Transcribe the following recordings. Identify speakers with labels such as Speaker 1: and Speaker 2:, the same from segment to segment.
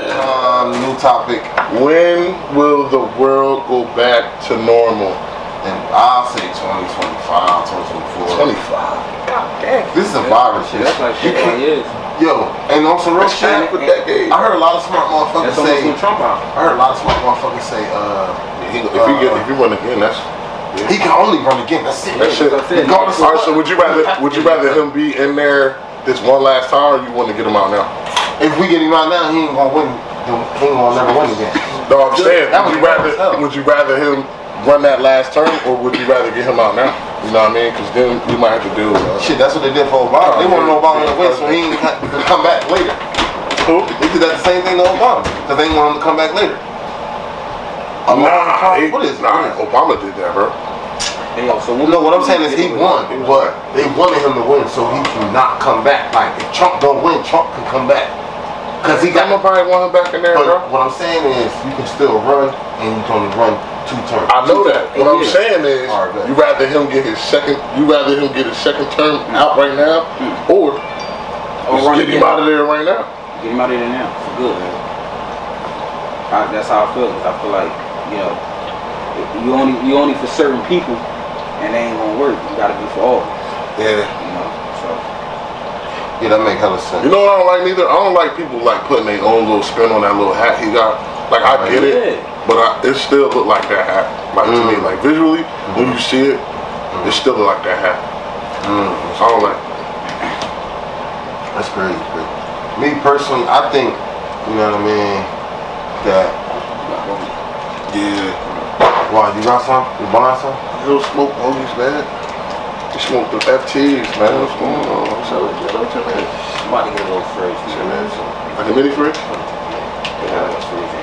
Speaker 1: Um,
Speaker 2: topic. When will the world go back to normal?
Speaker 1: And I'll say 2025, 2024.
Speaker 2: 25.
Speaker 3: God damn.
Speaker 1: This is a virus shit.
Speaker 4: That's like
Speaker 1: You
Speaker 4: shit
Speaker 1: can't-
Speaker 4: like years.
Speaker 1: Yo, and on some real
Speaker 2: That's
Speaker 1: shit,
Speaker 2: kind of a decade.
Speaker 1: I heard a lot of smart motherfuckers
Speaker 4: That's almost
Speaker 1: say.
Speaker 4: when Trump out.
Speaker 1: I heard a lot of smart motherfuckers say, uh,
Speaker 2: If you get, if you run again, that's.
Speaker 1: he can only run again. That's it.
Speaker 2: That shit.
Speaker 4: That's what I said.
Speaker 1: Regardless of
Speaker 2: All right,
Speaker 1: what-
Speaker 2: so would you rather would you rather him be in there this one last time, or you want to get him out now?
Speaker 1: If we get him out now, he ain't gonna win. He ain't gonna never win again.
Speaker 2: No, I'm saying,
Speaker 1: That was
Speaker 2: would you
Speaker 1: bad as
Speaker 2: rather
Speaker 1: hell.
Speaker 2: would you rather him run that last term, or would you rather get him out now? You know what I mean? Because then we might have to deal with uh,
Speaker 1: Shit, that's what they did for Obama. They want to know Obama to win, so he ain't got- could come back later.
Speaker 2: who?
Speaker 1: They did that same thing to Obama, because they want him to come back later.
Speaker 2: Nah, he-
Speaker 1: what is
Speaker 2: nah, Obama did that, bro.
Speaker 4: Hey, yo, so
Speaker 1: No, what I'm saying is he won, but they wanted him to win, so he cannot come back. Like if Trump don't win, Trump can come back, because he got.
Speaker 2: Don't nobody want him back in there, bro.
Speaker 1: But what I'm saying is, you can still run, and you can only run two terms.
Speaker 2: I know that. What I'm
Speaker 4: Yeah.
Speaker 2: saying is,
Speaker 1: All right, bet.
Speaker 2: you rather him get his second, you rather him get his second term out right now, Hmm. or
Speaker 4: Or
Speaker 2: just
Speaker 4: run
Speaker 2: get him
Speaker 4: again.
Speaker 2: out of there right now.
Speaker 4: Get him out of there now for good. I, that's how I feel. 'cause I feel like you know, you only you only for certain people, and they ain't gonna work. You gotta be for all.
Speaker 1: Yeah,
Speaker 4: You know, so
Speaker 1: yeah, that make hella
Speaker 2: You
Speaker 1: sense.
Speaker 2: know what I don't like neither? I don't like people like putting their own little spin on that little hat he got. Like I get it,
Speaker 4: yeah.
Speaker 2: but I, it still look like that hat. Like to me,
Speaker 1: Mm.
Speaker 2: like visually, when you see it, it still look like that hat.
Speaker 1: Mm,
Speaker 2: I don't like.
Speaker 1: that's crazy. But me personally, I think, you know what I mean, that
Speaker 2: Yeah,
Speaker 1: Why, you got some? You buying some?
Speaker 2: he'll smoke homies, man. He smoked the FTs, man. What's going on? So, what's your man?
Speaker 4: Somebody get a little first.
Speaker 2: Your man's like a mini fridge.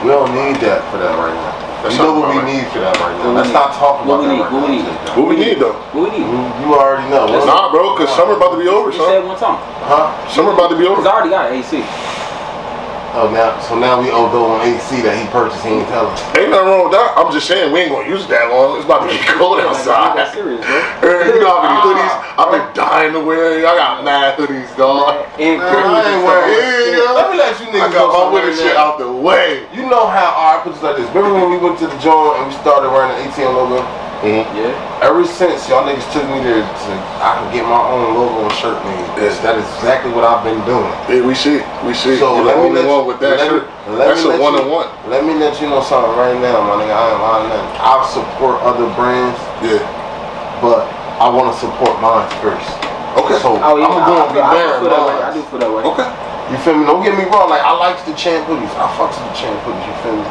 Speaker 1: We don't need that for that right now.
Speaker 2: That's
Speaker 1: you know
Speaker 2: not
Speaker 1: what we
Speaker 2: right.
Speaker 1: need for that right now.
Speaker 4: What we
Speaker 1: Let's
Speaker 4: need.
Speaker 1: not talk about
Speaker 4: What we
Speaker 1: that
Speaker 4: need,
Speaker 1: right
Speaker 4: what we
Speaker 1: now.
Speaker 4: need.
Speaker 1: Jake.
Speaker 2: What we need though?
Speaker 4: What we need?
Speaker 1: You, you already know.
Speaker 4: That's
Speaker 2: Nah, bro, cause summer about to be over,
Speaker 4: You said
Speaker 2: son.
Speaker 4: one time.
Speaker 1: Huh?
Speaker 2: Summer about to be
Speaker 4: Cause
Speaker 2: over.
Speaker 4: I already got an AC.
Speaker 1: Oh, now, so now we owe Doe on AC that he purchased. He ain't tell us.
Speaker 2: Ain't nothing wrong with that. I'm just saying we ain't gonna use it that long. It's about to be cold
Speaker 4: Like, I'm
Speaker 2: outside.
Speaker 4: not serious, bro.
Speaker 2: Eh, You know how many hoodies I've been dying to wear. I got mad hoodies, dog.
Speaker 4: And
Speaker 1: Man, I ain't
Speaker 2: Yeah,
Speaker 1: wearing shit.
Speaker 2: yeah.
Speaker 1: Let me let you
Speaker 2: I
Speaker 1: niggas know
Speaker 2: got my
Speaker 1: something
Speaker 2: winter
Speaker 1: right
Speaker 2: shit
Speaker 1: now.
Speaker 2: out the way.
Speaker 1: You know how, alright, put it like this. Remember when we went to the joint and we started running the ATM logo?
Speaker 4: yeah.
Speaker 1: Ever since y'all niggas took me there to, I can get my own logo and shirt made.
Speaker 2: Yeah.
Speaker 1: That is exactly what I've been doing.
Speaker 2: Yeah, we see, we see.
Speaker 1: So
Speaker 2: So
Speaker 1: let
Speaker 2: the
Speaker 1: me
Speaker 2: only
Speaker 1: let
Speaker 2: one
Speaker 1: you-
Speaker 2: with that
Speaker 1: let me-
Speaker 2: shirt.
Speaker 1: let me
Speaker 2: That's a
Speaker 1: let
Speaker 2: one
Speaker 1: you-
Speaker 2: on one.
Speaker 1: Let me let you know something right now, my nigga. I ain't lying nothing. I support other brands,
Speaker 2: Yeah.
Speaker 1: but I want to support mine first.
Speaker 2: Okay.
Speaker 1: So
Speaker 4: Oh, yeah.
Speaker 1: I'm going to be
Speaker 4: I, I, I
Speaker 1: wearing
Speaker 4: do feel that way. I do
Speaker 1: mine.
Speaker 4: feel that way.
Speaker 2: Okay.
Speaker 1: You feel me? Don't get me wrong. Like I likes the champ hoodies. I fucks with the champ hoodies. You feel me?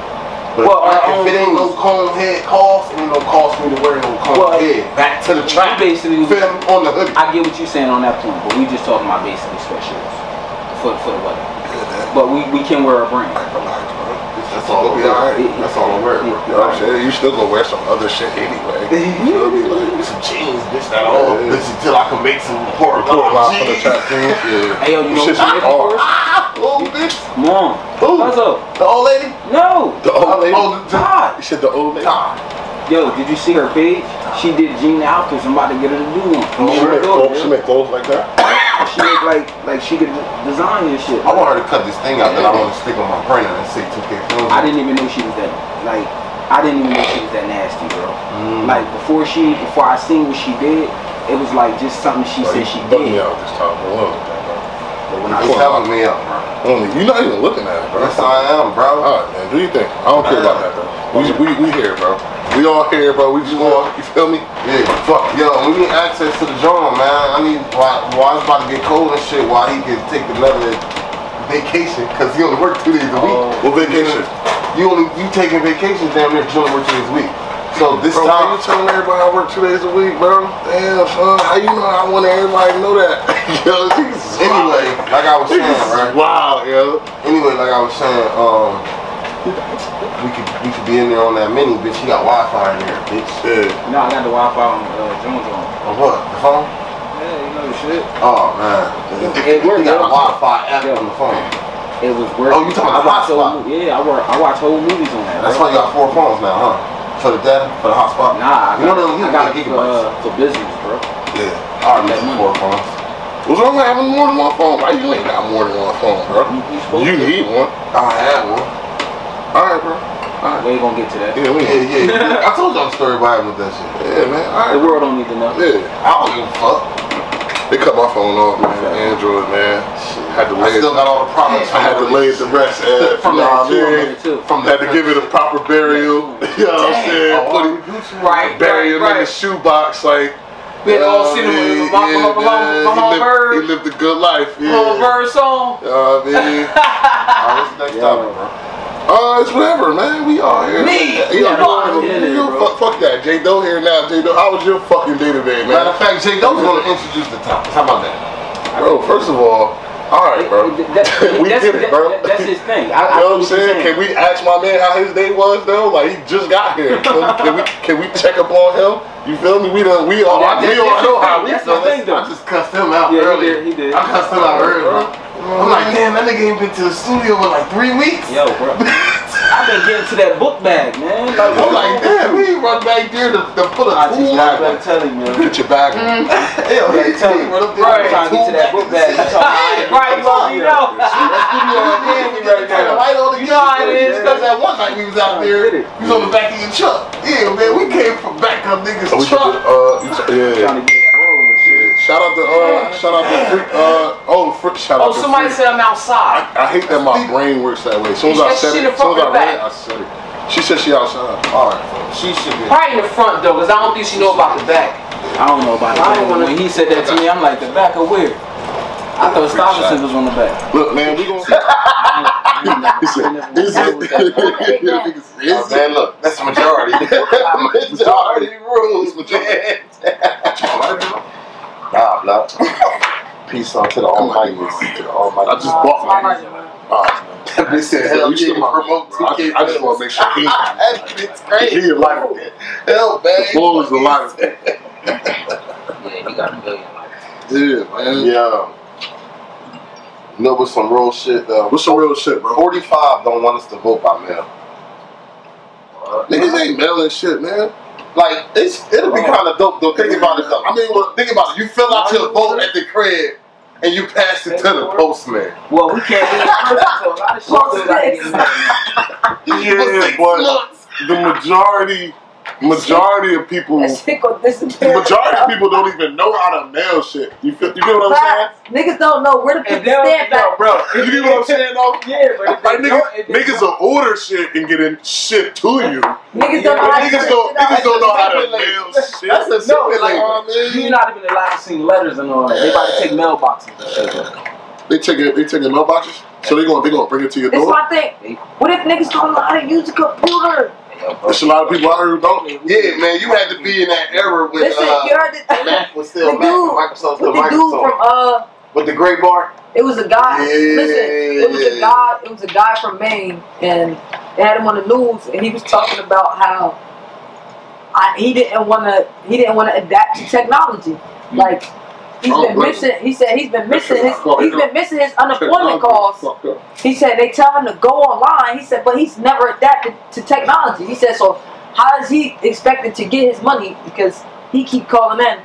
Speaker 1: But
Speaker 4: Well,
Speaker 1: if,
Speaker 4: our
Speaker 1: I- if
Speaker 4: own
Speaker 1: it ain't no
Speaker 4: hoodies.
Speaker 1: cone head cost, it ain't no cost me to wear no cone
Speaker 4: Well,
Speaker 1: head. Back to the track.
Speaker 4: You Oh, basically-
Speaker 1: You feel me? on the hoodie.
Speaker 4: I get what you're saying on that point, but we just talking about basically sweatshirts for for the weather. But we, we can wear a brand.
Speaker 1: That's all.
Speaker 2: We'll
Speaker 1: I'm
Speaker 2: be all right.
Speaker 1: wearing. That's all I'm wearing.
Speaker 2: You
Speaker 1: bro. Oh,
Speaker 2: know what I'm saying? You still gonna wear some other shit anyway.
Speaker 1: Some jeans, bitch. That all,
Speaker 2: Yeah.
Speaker 1: bitch. Until I can make some
Speaker 2: Pull a
Speaker 1: horizontal
Speaker 2: lot for the
Speaker 1: jeans.
Speaker 2: trap team. Yeah.
Speaker 4: Hey yo, you know
Speaker 2: Shit's
Speaker 4: what's
Speaker 2: hard.
Speaker 1: Oh, bitch.
Speaker 4: Mom.
Speaker 1: Who?
Speaker 4: Puzzle.
Speaker 1: The old lady?
Speaker 4: No.
Speaker 2: The old lady.
Speaker 1: Oh, the-
Speaker 4: God.
Speaker 2: You said the old lady.
Speaker 1: Nah.
Speaker 4: Yo, did you see her page? She did Gina Alpha. Somebody get her to do one.
Speaker 1: Oh,
Speaker 2: She
Speaker 4: She
Speaker 2: make clothes- she
Speaker 4: look
Speaker 2: make clothes like that.
Speaker 4: like like she could design your shit.
Speaker 1: I want her to cut this thing out that I want to stick on my printer and say 2K films.
Speaker 4: I didn't even know she was that like I didn't even know she was that nasty, bro.
Speaker 2: Mm.
Speaker 4: Like before she before I seen what she did, it was like just something she
Speaker 2: Bro, you
Speaker 4: said she
Speaker 2: bugged me
Speaker 4: did.
Speaker 2: out this time. I love that,
Speaker 4: But when I
Speaker 1: It's helping me up, bro.
Speaker 2: bro. Only- You're not even looking at it, bro.
Speaker 1: Yes, I am, bro.
Speaker 2: All right, man. Do you think? I don't care about that, bro. We, we, we here, bro. We all here, bro. We just want, you feel me?
Speaker 1: Yeah, fuck. Yo, we need access to the drone, man. I need, while, while it's about to get cold and shit, while he can take another vacation, because he only work two days a week.
Speaker 2: What vacation?
Speaker 1: You only, you taking vacations damn near, you only work two days a week. So this
Speaker 2: Bro, why
Speaker 1: time,
Speaker 2: you telling everybody I work two days a week, bro? Damn, son. How you know I want everybody to know that? yo, these
Speaker 1: anyway, like I was saying, right?
Speaker 2: Wow, yo.
Speaker 1: Anyway, like I was saying, um, we could we could be in there on that mini, bitch. You got Wi-Fi in there, bitch.
Speaker 2: Shit.
Speaker 4: No, I got the Wi-Fi on uh, Jones on.
Speaker 1: Or what? The phone?
Speaker 4: Yeah, you know the shit.
Speaker 1: Oh man,
Speaker 4: It
Speaker 1: we
Speaker 4: worked,
Speaker 1: got a
Speaker 4: yeah.
Speaker 1: Wi-Fi app on the phone.
Speaker 4: It was worth.
Speaker 1: Oh, you talking about
Speaker 4: I watch
Speaker 1: hotspot?
Speaker 4: whole, mo- Yeah, I work. I watch whole movies on that.
Speaker 1: That's
Speaker 4: bro.
Speaker 1: why you got four phones now, huh? For the data, for the hotspot.
Speaker 4: Nah, I
Speaker 1: you know
Speaker 4: got,
Speaker 1: them. You
Speaker 4: I
Speaker 1: got
Speaker 4: got it for,
Speaker 1: gigabytes.
Speaker 4: uh, for business, bro.
Speaker 2: Yeah.
Speaker 1: All right, man, four phones.
Speaker 2: What's wrong with having more than one phone? Why you ain't got more than one phone, bro?
Speaker 4: You, you supposed
Speaker 2: You
Speaker 4: to.
Speaker 2: need one.
Speaker 1: I had one.
Speaker 2: I All right, bro. All right.
Speaker 4: We ain't gonna get to that.
Speaker 2: Yeah, we
Speaker 1: Yeah, yeah, yeah. I told y'all the story about him with that shit.
Speaker 2: Yeah, man. All
Speaker 4: The
Speaker 2: right.
Speaker 4: world don't need to know.
Speaker 2: Yeah.
Speaker 1: I don't give a fuck.
Speaker 2: They cut my phone off, man. Android, man. Had to
Speaker 1: I
Speaker 2: lay it.
Speaker 1: still got all the problems.
Speaker 2: I had to lay it to rest. eh,
Speaker 1: From
Speaker 2: nah,
Speaker 1: that
Speaker 2: man.
Speaker 4: Number two.
Speaker 1: from
Speaker 2: Had to give it a proper burial. You know what I'm saying? Put
Speaker 1: Oh,
Speaker 2: it,
Speaker 1: Gucci
Speaker 4: Right,
Speaker 2: bury him in the
Speaker 4: right, right.
Speaker 2: shoebox, like.
Speaker 4: We had to all
Speaker 2: you know
Speaker 4: sit him
Speaker 2: what I
Speaker 4: with
Speaker 2: mean?
Speaker 4: my- my- my-
Speaker 2: Yeah,
Speaker 4: my-
Speaker 2: man.
Speaker 4: my
Speaker 2: He
Speaker 4: bird.
Speaker 2: lived- He lived a good life. Yeah.
Speaker 4: Little bird song.
Speaker 2: You know what I mean?
Speaker 1: All right, what's the next
Speaker 4: Yeah.
Speaker 1: topic, bro?
Speaker 2: Uh, it's whatever, man. We all here.
Speaker 4: Me?
Speaker 2: Yeah, you
Speaker 4: Yeah,
Speaker 2: all
Speaker 4: I'm
Speaker 2: here.
Speaker 4: in it,
Speaker 2: You
Speaker 4: bro.
Speaker 2: fuck, fuck that. J Doe here now. J Doe, I was your fucking day today,
Speaker 1: Matter of
Speaker 2: man.
Speaker 1: fact, Jake, I was going to introduce the topic. How about that?
Speaker 2: Bro, first of all, all right, bro.
Speaker 4: That- that-
Speaker 2: we
Speaker 4: that's,
Speaker 2: did it,
Speaker 4: that-
Speaker 2: bro.
Speaker 4: that- that's his thing. I, I
Speaker 2: You know what I'm
Speaker 4: you're
Speaker 2: saying? Can we ask my man how his day was though? Like he just got here. Can, can we can we check up on him? You feel me? We done we
Speaker 3: Oh,
Speaker 2: all
Speaker 4: That-
Speaker 2: we
Speaker 4: that's-
Speaker 2: all
Speaker 4: that's
Speaker 2: know
Speaker 4: his
Speaker 2: how
Speaker 4: thing.
Speaker 2: we
Speaker 4: That's
Speaker 2: feel.
Speaker 4: his thing, though.
Speaker 1: I just cussed him out
Speaker 4: Yeah, he
Speaker 1: earlier.
Speaker 4: did, he did.
Speaker 1: I cussed him out earlier, bro. I'm like, damn, that nigga ain't been to the studio in like three weeks.
Speaker 4: Yo, bro. I've been getting to that book bag, man. Like,
Speaker 1: I'm like, damn, we ain't run back there to, to put a
Speaker 4: I just
Speaker 1: tool
Speaker 4: got back
Speaker 1: out.
Speaker 4: telling you.
Speaker 2: Get your bag.
Speaker 3: Mm-hmm.
Speaker 1: Hell,
Speaker 4: Like,
Speaker 1: he
Speaker 4: tell
Speaker 1: he
Speaker 4: me.
Speaker 1: run up there with a
Speaker 4: Right. Trying to get to
Speaker 1: tool
Speaker 4: that book bag. You talking- Right, right, you know.
Speaker 1: Right
Speaker 4: now.
Speaker 1: on the
Speaker 4: You know how it is.
Speaker 1: Because that one night we was out
Speaker 4: I
Speaker 1: there,
Speaker 4: get it.
Speaker 1: we was on the back of your truck. Yeah, man, we came from back up niggas'
Speaker 2: Oh, we should do-
Speaker 1: truck.
Speaker 2: uh, you t- yeah, yeah.
Speaker 4: Trying to get
Speaker 2: yeah. Shout out to uh, shout out to freak. Uh, oh, freak. Shout out
Speaker 3: Oh,
Speaker 2: to
Speaker 3: somebody
Speaker 2: freak.
Speaker 3: said I'm outside.
Speaker 2: I hate that my brain works that way. As soon as I
Speaker 3: She
Speaker 2: said
Speaker 3: said she
Speaker 2: it,
Speaker 3: the
Speaker 2: as soon as I
Speaker 3: fucking
Speaker 2: read it,
Speaker 3: back.
Speaker 2: I said it. She said she outside.
Speaker 1: All right, she should be.
Speaker 3: Probably in the front though, because I don't think she know about the back.
Speaker 4: I don't know about
Speaker 3: I don't
Speaker 4: that.
Speaker 3: wanna-
Speaker 4: When he said that to me, I'm like, the back of where? I thought Stuyvesant was on the back.
Speaker 2: Look, man, we gonna. He said, "Is it?"
Speaker 1: Oh, man, look, that's the majority. majority rules, majority. nah, blah. Peace out to the Almighty. To the Almighty.
Speaker 2: I just bought
Speaker 3: All
Speaker 2: my.
Speaker 3: right, man.
Speaker 1: that bitch said, "Hell
Speaker 2: You
Speaker 1: yeah,
Speaker 2: still my
Speaker 1: promote
Speaker 2: I, I
Speaker 1: 2K
Speaker 2: just want to make sure he.
Speaker 1: That bitch crazy.
Speaker 2: He like that.
Speaker 1: Hell, man.
Speaker 2: The bull is a lot of that. Yeah, man.
Speaker 1: Yeah. You know what's some real shit though?
Speaker 2: What's some real shit, bro?
Speaker 1: 45 don't want us to vote by mail.
Speaker 2: Niggas ain't mailing shit, man.
Speaker 1: Like it's it'll be kind of dope though. Think about it though. I mean, well, think about it. You fill out your vote at the crib and you pass it to the postman.
Speaker 4: Well, we can't do that. So a lot of shit still gotta get done.
Speaker 1: For six months.
Speaker 2: the majority, majority of people,
Speaker 5: That shit gonna
Speaker 2: the
Speaker 5: disappear.
Speaker 2: majority of people don't even know how to mail shit. You feel, you get what I'm
Speaker 5: Facts. Niggas don't know where to put
Speaker 4: And
Speaker 5: the
Speaker 4: then-
Speaker 5: stamp
Speaker 4: no,
Speaker 5: at.
Speaker 2: saying? Bro, you get what I'm saying though?
Speaker 4: Yeah, but if they
Speaker 2: Like
Speaker 4: don't- if
Speaker 2: niggas,
Speaker 4: they
Speaker 2: niggas will order shit and get in shit to you.
Speaker 5: Niggas don't know
Speaker 2: But
Speaker 5: how to
Speaker 2: niggas
Speaker 5: put
Speaker 2: don't,
Speaker 5: the
Speaker 2: niggas
Speaker 5: shit
Speaker 2: don't know
Speaker 5: out.
Speaker 2: how to mail shit.
Speaker 1: That's a
Speaker 4: No,
Speaker 1: stupid
Speaker 4: like,
Speaker 1: like,
Speaker 2: um,
Speaker 1: oh,
Speaker 4: don't- You're not even allowed to see letters and all that. They about to take mailboxes and shit.
Speaker 2: They take it, they take your mailboxes, so they gonna they gonna bring it to your
Speaker 5: That's
Speaker 2: door.
Speaker 5: my thing. What if niggas don't know how to use a computer?
Speaker 2: There's a lot of people out here who don't.
Speaker 1: Yeah, man, you had to be in that era when
Speaker 5: Listen,
Speaker 1: uh,
Speaker 5: you heard it.
Speaker 1: Mac was
Speaker 5: The
Speaker 1: still Mac,
Speaker 5: dude-
Speaker 1: and Microsoft was
Speaker 5: What
Speaker 1: still
Speaker 5: the dude from
Speaker 1: Microsoft.
Speaker 5: uh,
Speaker 1: With the gray bar,
Speaker 5: it was a guy. Listen, it was a
Speaker 1: Yeah.
Speaker 5: guy. It was a guy from Maine, and they had him on the news, and he was talking about how I, he didn't want to. He didn't want to adapt to technology, like. He's
Speaker 2: Oh,
Speaker 5: been
Speaker 2: listen.
Speaker 5: missing. He said he's been missing his.
Speaker 2: Fuck
Speaker 5: He's
Speaker 2: up.
Speaker 5: been missing his unemployment calls.
Speaker 2: Fucked up.
Speaker 5: He said they tell him to go online. He said, but he's never adapted to technology. He said, so how is he expected to get his money because he keep calling in,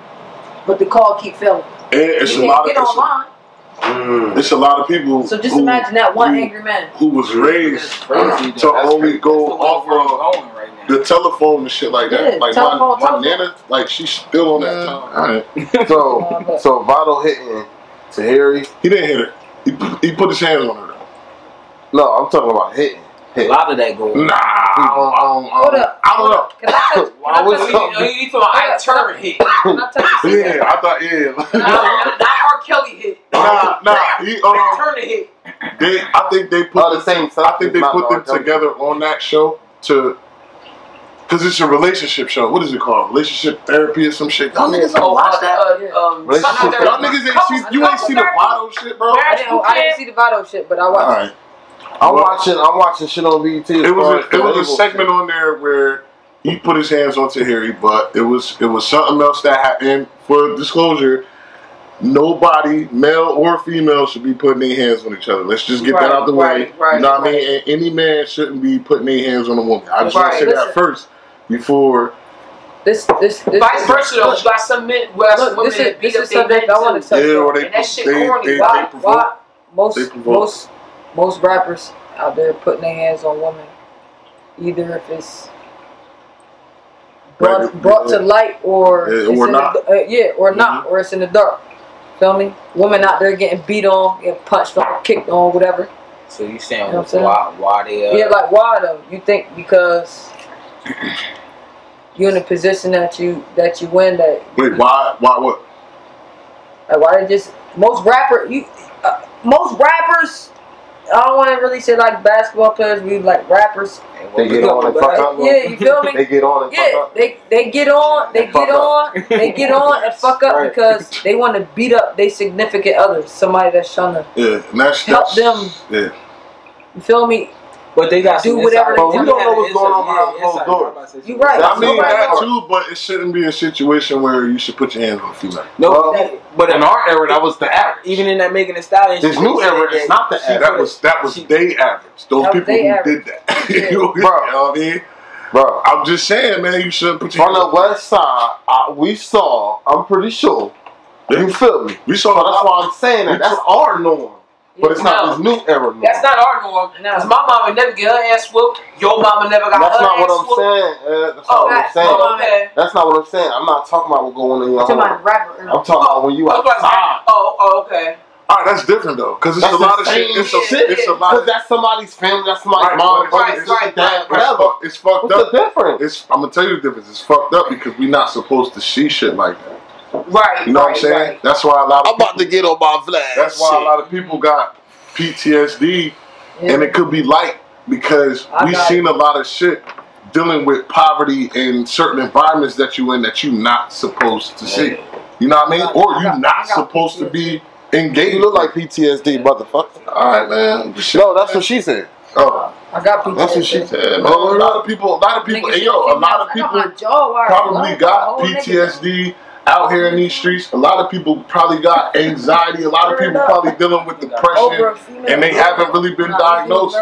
Speaker 5: but the call keep failing.
Speaker 2: And it's
Speaker 5: he
Speaker 2: a
Speaker 5: can't
Speaker 2: lot of
Speaker 5: get
Speaker 2: it's a,
Speaker 5: online.
Speaker 1: Mm.
Speaker 2: it's a lot of people
Speaker 5: So just
Speaker 2: who,
Speaker 5: imagine that one
Speaker 2: who-
Speaker 5: angry man.
Speaker 2: who was raised
Speaker 4: That's
Speaker 2: to
Speaker 4: crazy, though. That's
Speaker 2: only
Speaker 4: crazy.
Speaker 2: go
Speaker 4: That's the way
Speaker 2: off
Speaker 4: we're
Speaker 2: of
Speaker 4: going right now.
Speaker 2: the telephone and shit like that.
Speaker 5: Yeah,
Speaker 2: like
Speaker 5: telephone,
Speaker 2: my,
Speaker 5: telephone.
Speaker 2: my nana, like she's still on that time. Oh,
Speaker 1: so so Vital hitting to Harry.
Speaker 2: He didn't hit her. He put, he put his hands on her. though.
Speaker 1: No, I'm talking about hitting.
Speaker 4: A lot of that goes.
Speaker 2: Nah, I don't, I don't, I
Speaker 5: Hold
Speaker 2: don't,
Speaker 5: up.
Speaker 2: I don't know.
Speaker 5: Can I tell, can
Speaker 1: Why
Speaker 5: I
Speaker 1: was
Speaker 5: tell
Speaker 3: You
Speaker 5: you?
Speaker 3: know, you thought I turn hit.
Speaker 5: Can I tell you?
Speaker 2: Yeah, I thought yeah.
Speaker 3: Not, not, not R. Kelly hit.
Speaker 2: nah, nah. He
Speaker 3: I
Speaker 2: um,
Speaker 3: turn the hit.
Speaker 2: they, I think they put
Speaker 1: Oh, the same
Speaker 2: I think they
Speaker 1: substance,
Speaker 2: put
Speaker 1: not
Speaker 2: them
Speaker 1: R. Kelly.
Speaker 2: together on that show to. Cause it's a relationship show. What is it called? Relationship therapy or some shit. Y'all niggas,
Speaker 5: don't
Speaker 3: Oh,
Speaker 5: watch
Speaker 3: uh,
Speaker 5: that.
Speaker 3: uh, um,
Speaker 1: Relationship
Speaker 3: something
Speaker 1: therapy.
Speaker 3: there.
Speaker 2: y'all niggas ain't see, you ain't see the bottle shit, bro.
Speaker 5: I didn't, I didn't see the Votto shit, but I
Speaker 2: All
Speaker 5: watched.
Speaker 2: right.
Speaker 1: I'm watching. I'm watching shit on BET. as
Speaker 2: it
Speaker 1: far as
Speaker 2: was a,
Speaker 1: the
Speaker 2: it was a
Speaker 1: label.
Speaker 2: segment on there where he put his hands on Tahiri, but it was it was something else that happened. For disclosure, nobody, male or female, should be putting their hands on each other. Let's just get that
Speaker 5: Right,
Speaker 2: out the way.
Speaker 5: right, right,
Speaker 2: you know what I
Speaker 5: right.
Speaker 2: mean? And any man shouldn't be putting their hands on a woman. I just want to
Speaker 5: Right,
Speaker 2: say that
Speaker 5: listen.
Speaker 2: first before.
Speaker 5: This, this, this.
Speaker 3: Vice versa, though. You got some men, well, some
Speaker 5: Look,
Speaker 3: women
Speaker 5: this is
Speaker 3: that
Speaker 5: this
Speaker 3: beat up
Speaker 5: is
Speaker 3: their
Speaker 5: something I want
Speaker 3: men
Speaker 5: to
Speaker 3: too.
Speaker 5: touch
Speaker 2: Yeah,
Speaker 5: on.
Speaker 2: or they,
Speaker 3: And that shit
Speaker 2: they,
Speaker 3: corny.
Speaker 2: they, they
Speaker 5: why,
Speaker 2: provoke.
Speaker 5: why most
Speaker 2: They provoke.
Speaker 5: most most rappers out there putting their hands on women either if it's
Speaker 2: Right,
Speaker 5: brought,
Speaker 2: you-
Speaker 5: brought to light or
Speaker 2: Yeah,
Speaker 5: it's
Speaker 2: or
Speaker 5: in
Speaker 2: not. Mm-hmm.
Speaker 5: The, uh, yeah, or not, or it's in the dark. Feel me? Women out there getting beat on, getting punched on, kicked on, whatever.
Speaker 4: So you
Speaker 5: You
Speaker 4: saying
Speaker 5: know what I'm saying?
Speaker 4: why why they uh,
Speaker 5: Yeah, like why though? You think because you're in a position that you that you win that
Speaker 2: Wait, why? Why what?
Speaker 5: Like, why they just most rapper you uh, most rappers. I don't want to really say like basketball players. We like rappers.
Speaker 1: They get on and
Speaker 5: But,
Speaker 1: fuck
Speaker 5: like,
Speaker 1: up.
Speaker 5: yeah, you feel me?
Speaker 1: They get on and fuck
Speaker 5: yeah,
Speaker 1: up.
Speaker 5: they they get on, they
Speaker 1: And fuck
Speaker 5: get on, they get on and fuck up
Speaker 4: Right.
Speaker 5: because they want to beat up their significant other, somebody that's trying to.
Speaker 2: Yeah, and that's,
Speaker 5: Help
Speaker 2: that's
Speaker 5: them.
Speaker 2: Yeah,
Speaker 5: You feel me?
Speaker 4: But they got
Speaker 5: Do
Speaker 4: some
Speaker 5: whatever
Speaker 4: inside-
Speaker 5: they But we want. don't
Speaker 1: know what's going on behind
Speaker 4: Yeah,
Speaker 1: closed doors.
Speaker 4: inside- inside-
Speaker 5: You right.
Speaker 2: I mean
Speaker 5: Nobody
Speaker 2: that
Speaker 5: knows.
Speaker 2: too, but it shouldn't be a situation where you should put your hands on a female.
Speaker 4: No,
Speaker 1: Well,
Speaker 4: that- but
Speaker 1: in our era, that was the average.
Speaker 4: even in that Megan Thee Stallion,
Speaker 1: This
Speaker 4: she
Speaker 1: new
Speaker 4: said
Speaker 1: era is
Speaker 4: that
Speaker 1: not the
Speaker 4: she
Speaker 1: era.
Speaker 2: That
Speaker 4: put-
Speaker 2: was that was
Speaker 4: she-
Speaker 2: day average. Those
Speaker 5: That was
Speaker 2: people
Speaker 5: day
Speaker 2: who
Speaker 5: average.
Speaker 2: did that, you know what I mean?
Speaker 1: bro.
Speaker 2: I'm just saying, man, you shouldn't put your
Speaker 1: From
Speaker 2: hands
Speaker 1: the
Speaker 2: on.
Speaker 1: west side, I, we saw. I'm pretty sure. You feel me?
Speaker 2: We saw
Speaker 1: So
Speaker 2: a
Speaker 1: that's
Speaker 2: lot.
Speaker 1: why I'm saying that. That's our norm, but it's not this new era norm.
Speaker 3: That's not our norm.
Speaker 5: No.
Speaker 3: Cause my mama never get her ass whooped. Your mama never got
Speaker 1: That's
Speaker 3: her
Speaker 1: not
Speaker 3: ass
Speaker 1: what I'm
Speaker 3: whooped.
Speaker 1: saying. Ed. That's not
Speaker 3: Oh,
Speaker 1: what I'm
Speaker 5: that's
Speaker 1: saying.
Speaker 5: what
Speaker 3: oh, okay.
Speaker 1: That's not what I'm saying. I'm not talking about what's going on in your
Speaker 5: To
Speaker 1: home.
Speaker 5: my
Speaker 1: I'm
Speaker 5: rapper.
Speaker 1: talking about when you
Speaker 3: That's what I'm saying.
Speaker 1: outside.
Speaker 3: Oh, oh, okay.
Speaker 2: All right, that's different though, because it's
Speaker 1: That's
Speaker 2: a lot of
Speaker 1: the
Speaker 2: shit.
Speaker 1: same
Speaker 2: It's a
Speaker 3: shit.
Speaker 2: it's a lot.
Speaker 1: Because
Speaker 2: Of,
Speaker 1: that's somebody's family. That's somebody's
Speaker 2: Right,
Speaker 1: mom,
Speaker 2: right,
Speaker 1: brother, sister,
Speaker 3: right,
Speaker 1: dad,
Speaker 2: it's,
Speaker 1: whatever.
Speaker 2: fuck- it's fucked
Speaker 1: What's
Speaker 2: up.
Speaker 1: the difference?
Speaker 2: It's I'm gonna tell you the difference. It's fucked up because we're not supposed to see shit like that.
Speaker 3: Right.
Speaker 2: You know
Speaker 3: right,
Speaker 2: what I'm saying?
Speaker 3: Right.
Speaker 2: That's why a lot of people,
Speaker 1: to get on my flag.
Speaker 2: that's why a lot of people got PTSD,
Speaker 5: Yeah.
Speaker 2: and it could be light because
Speaker 5: I
Speaker 2: we've
Speaker 5: got
Speaker 2: seen a lot of shit dealing with poverty and certain environments that you in that you're not supposed to see. You know what I mean?
Speaker 5: I got-
Speaker 2: Or
Speaker 5: I
Speaker 2: you're
Speaker 5: got- I
Speaker 2: not
Speaker 5: got
Speaker 2: supposed to be engaged.
Speaker 1: You look like PTSD, motherfucker.
Speaker 2: all right, man. Shit.
Speaker 1: No, that's what she said.
Speaker 2: Oh.
Speaker 5: I got people.
Speaker 2: That's what she said. Man. A lot of people, a lot of people, and yo, a lot of people probably got
Speaker 5: oh,
Speaker 2: PTSD out here in these streets. A lot of people probably got anxiety. A lot of people probably dealing with depression. and they haven't really been diagnosed.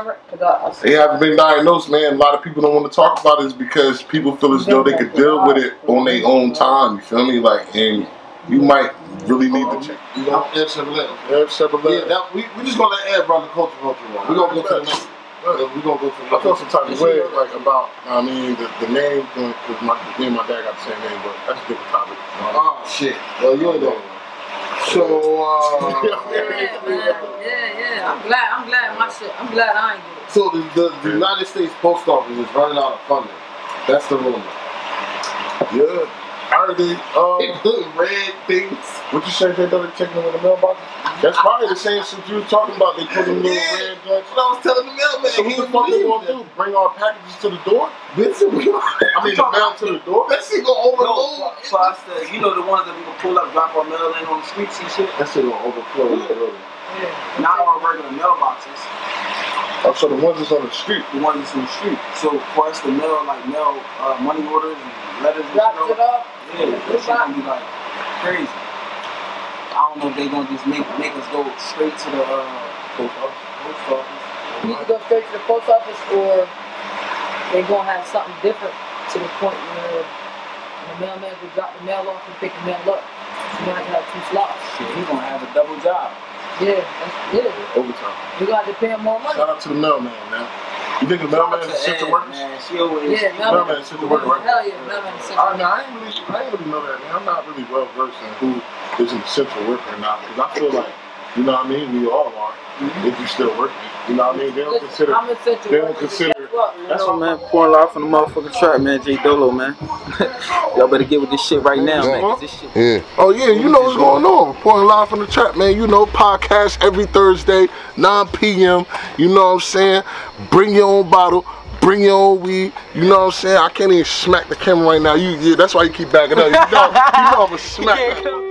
Speaker 2: They haven't been diagnosed, man. A lot of people don't want to talk about this because people feel as though they could deal with it on their own time. You feel me? Like, and you might really need to check.
Speaker 1: You know, Ed Chevrolet.
Speaker 2: Eric Chevrolet.
Speaker 1: Yeah, that, we we just gonna let Ed run the culture culture one. We gonna go to the next.
Speaker 2: Look,
Speaker 1: We gonna go to the
Speaker 2: I
Speaker 1: next.
Speaker 2: feel some type of way, like about, I mean, the, the name, because my, me and my dad got the same name, but that's a different topic.
Speaker 1: Oh shit. Well, you ain't doing. it. So, uh,
Speaker 5: Yeah, man. yeah, yeah. I'm glad. I'm glad my shit. I'm glad I ain't get it.
Speaker 1: so the, the, the United States Post Office is running out of funding. That's the rumor.
Speaker 2: Yeah. I heard they,
Speaker 1: They
Speaker 2: um,
Speaker 1: put red things.
Speaker 2: what you say they done checking them in the mailbox? That's probably the same shit you was talking about. They put them little
Speaker 1: Yeah.
Speaker 2: red
Speaker 1: That's
Speaker 2: dots.
Speaker 1: what I was telling the mailman.
Speaker 2: So what the fuck they gonna do? Bring our packages to the door? I mean, the mail to the door?
Speaker 1: That shit gonna
Speaker 4: No,
Speaker 1: overload.
Speaker 4: so I said, you know the ones that we can pull up, drop our mail in on the streets and shit,
Speaker 1: That shit gonna overflow. the building.
Speaker 5: Yeah.
Speaker 4: not on regular mailboxes.
Speaker 2: Oh, so the ones that's on the street.
Speaker 4: the ones that's in the street. So for us to mail like mail uh, money orders and letters and
Speaker 5: Dropped
Speaker 4: stuff,
Speaker 5: it off.
Speaker 4: yeah, that shit gonna be like crazy. I don't know if they gonna just make make us go straight to the uh, post office. Post office.
Speaker 5: You can go straight to the post office, or they gonna have something different to the point where the mailman will drop the mail off and pick the mail up. You gonna have to have two slots.
Speaker 4: Shit, we gonna have a double job.
Speaker 5: Yeah, that's, yeah.
Speaker 2: Overtime.
Speaker 5: You gonna have to pay him more money.
Speaker 2: Shout out to the mailman, man. You think the mailman is
Speaker 4: Shout out to
Speaker 2: essential
Speaker 4: Ed,
Speaker 2: workers?
Speaker 4: Man, she always.
Speaker 5: Yeah, mailman.
Speaker 2: Mailman is essential workers, right?
Speaker 5: Hell yeah, mailman. is
Speaker 2: I,
Speaker 5: essential.
Speaker 2: no, Uh, I ain't really, I ain't really know that. Man. I'm not really well versed in who is an essential worker or not. Because I feel like, you know what I mean. We all are.
Speaker 4: Mm-hmm.
Speaker 2: If you still working, you know what I mean. They don't
Speaker 5: Listen,
Speaker 2: consider.
Speaker 5: I'm essential.
Speaker 2: they don't
Speaker 5: worker,
Speaker 2: consider-
Speaker 5: guess what?
Speaker 4: That's what man, pouring life from the motherfucking trap, man. J Dolo, man. Y'all better get with this shit right now, man. 'cause This shit.
Speaker 2: Yeah. Oh yeah, you know what's going on. Pouring live from the trap, man. You know, podcast every Thursday, 9 p.m. You know what I'm saying? Bring your own bottle. Bring your own weed. You know what I'm saying? I can't even smack the camera right now. You, yeah, that's why you keep backing up. You know, you know I'm a smack.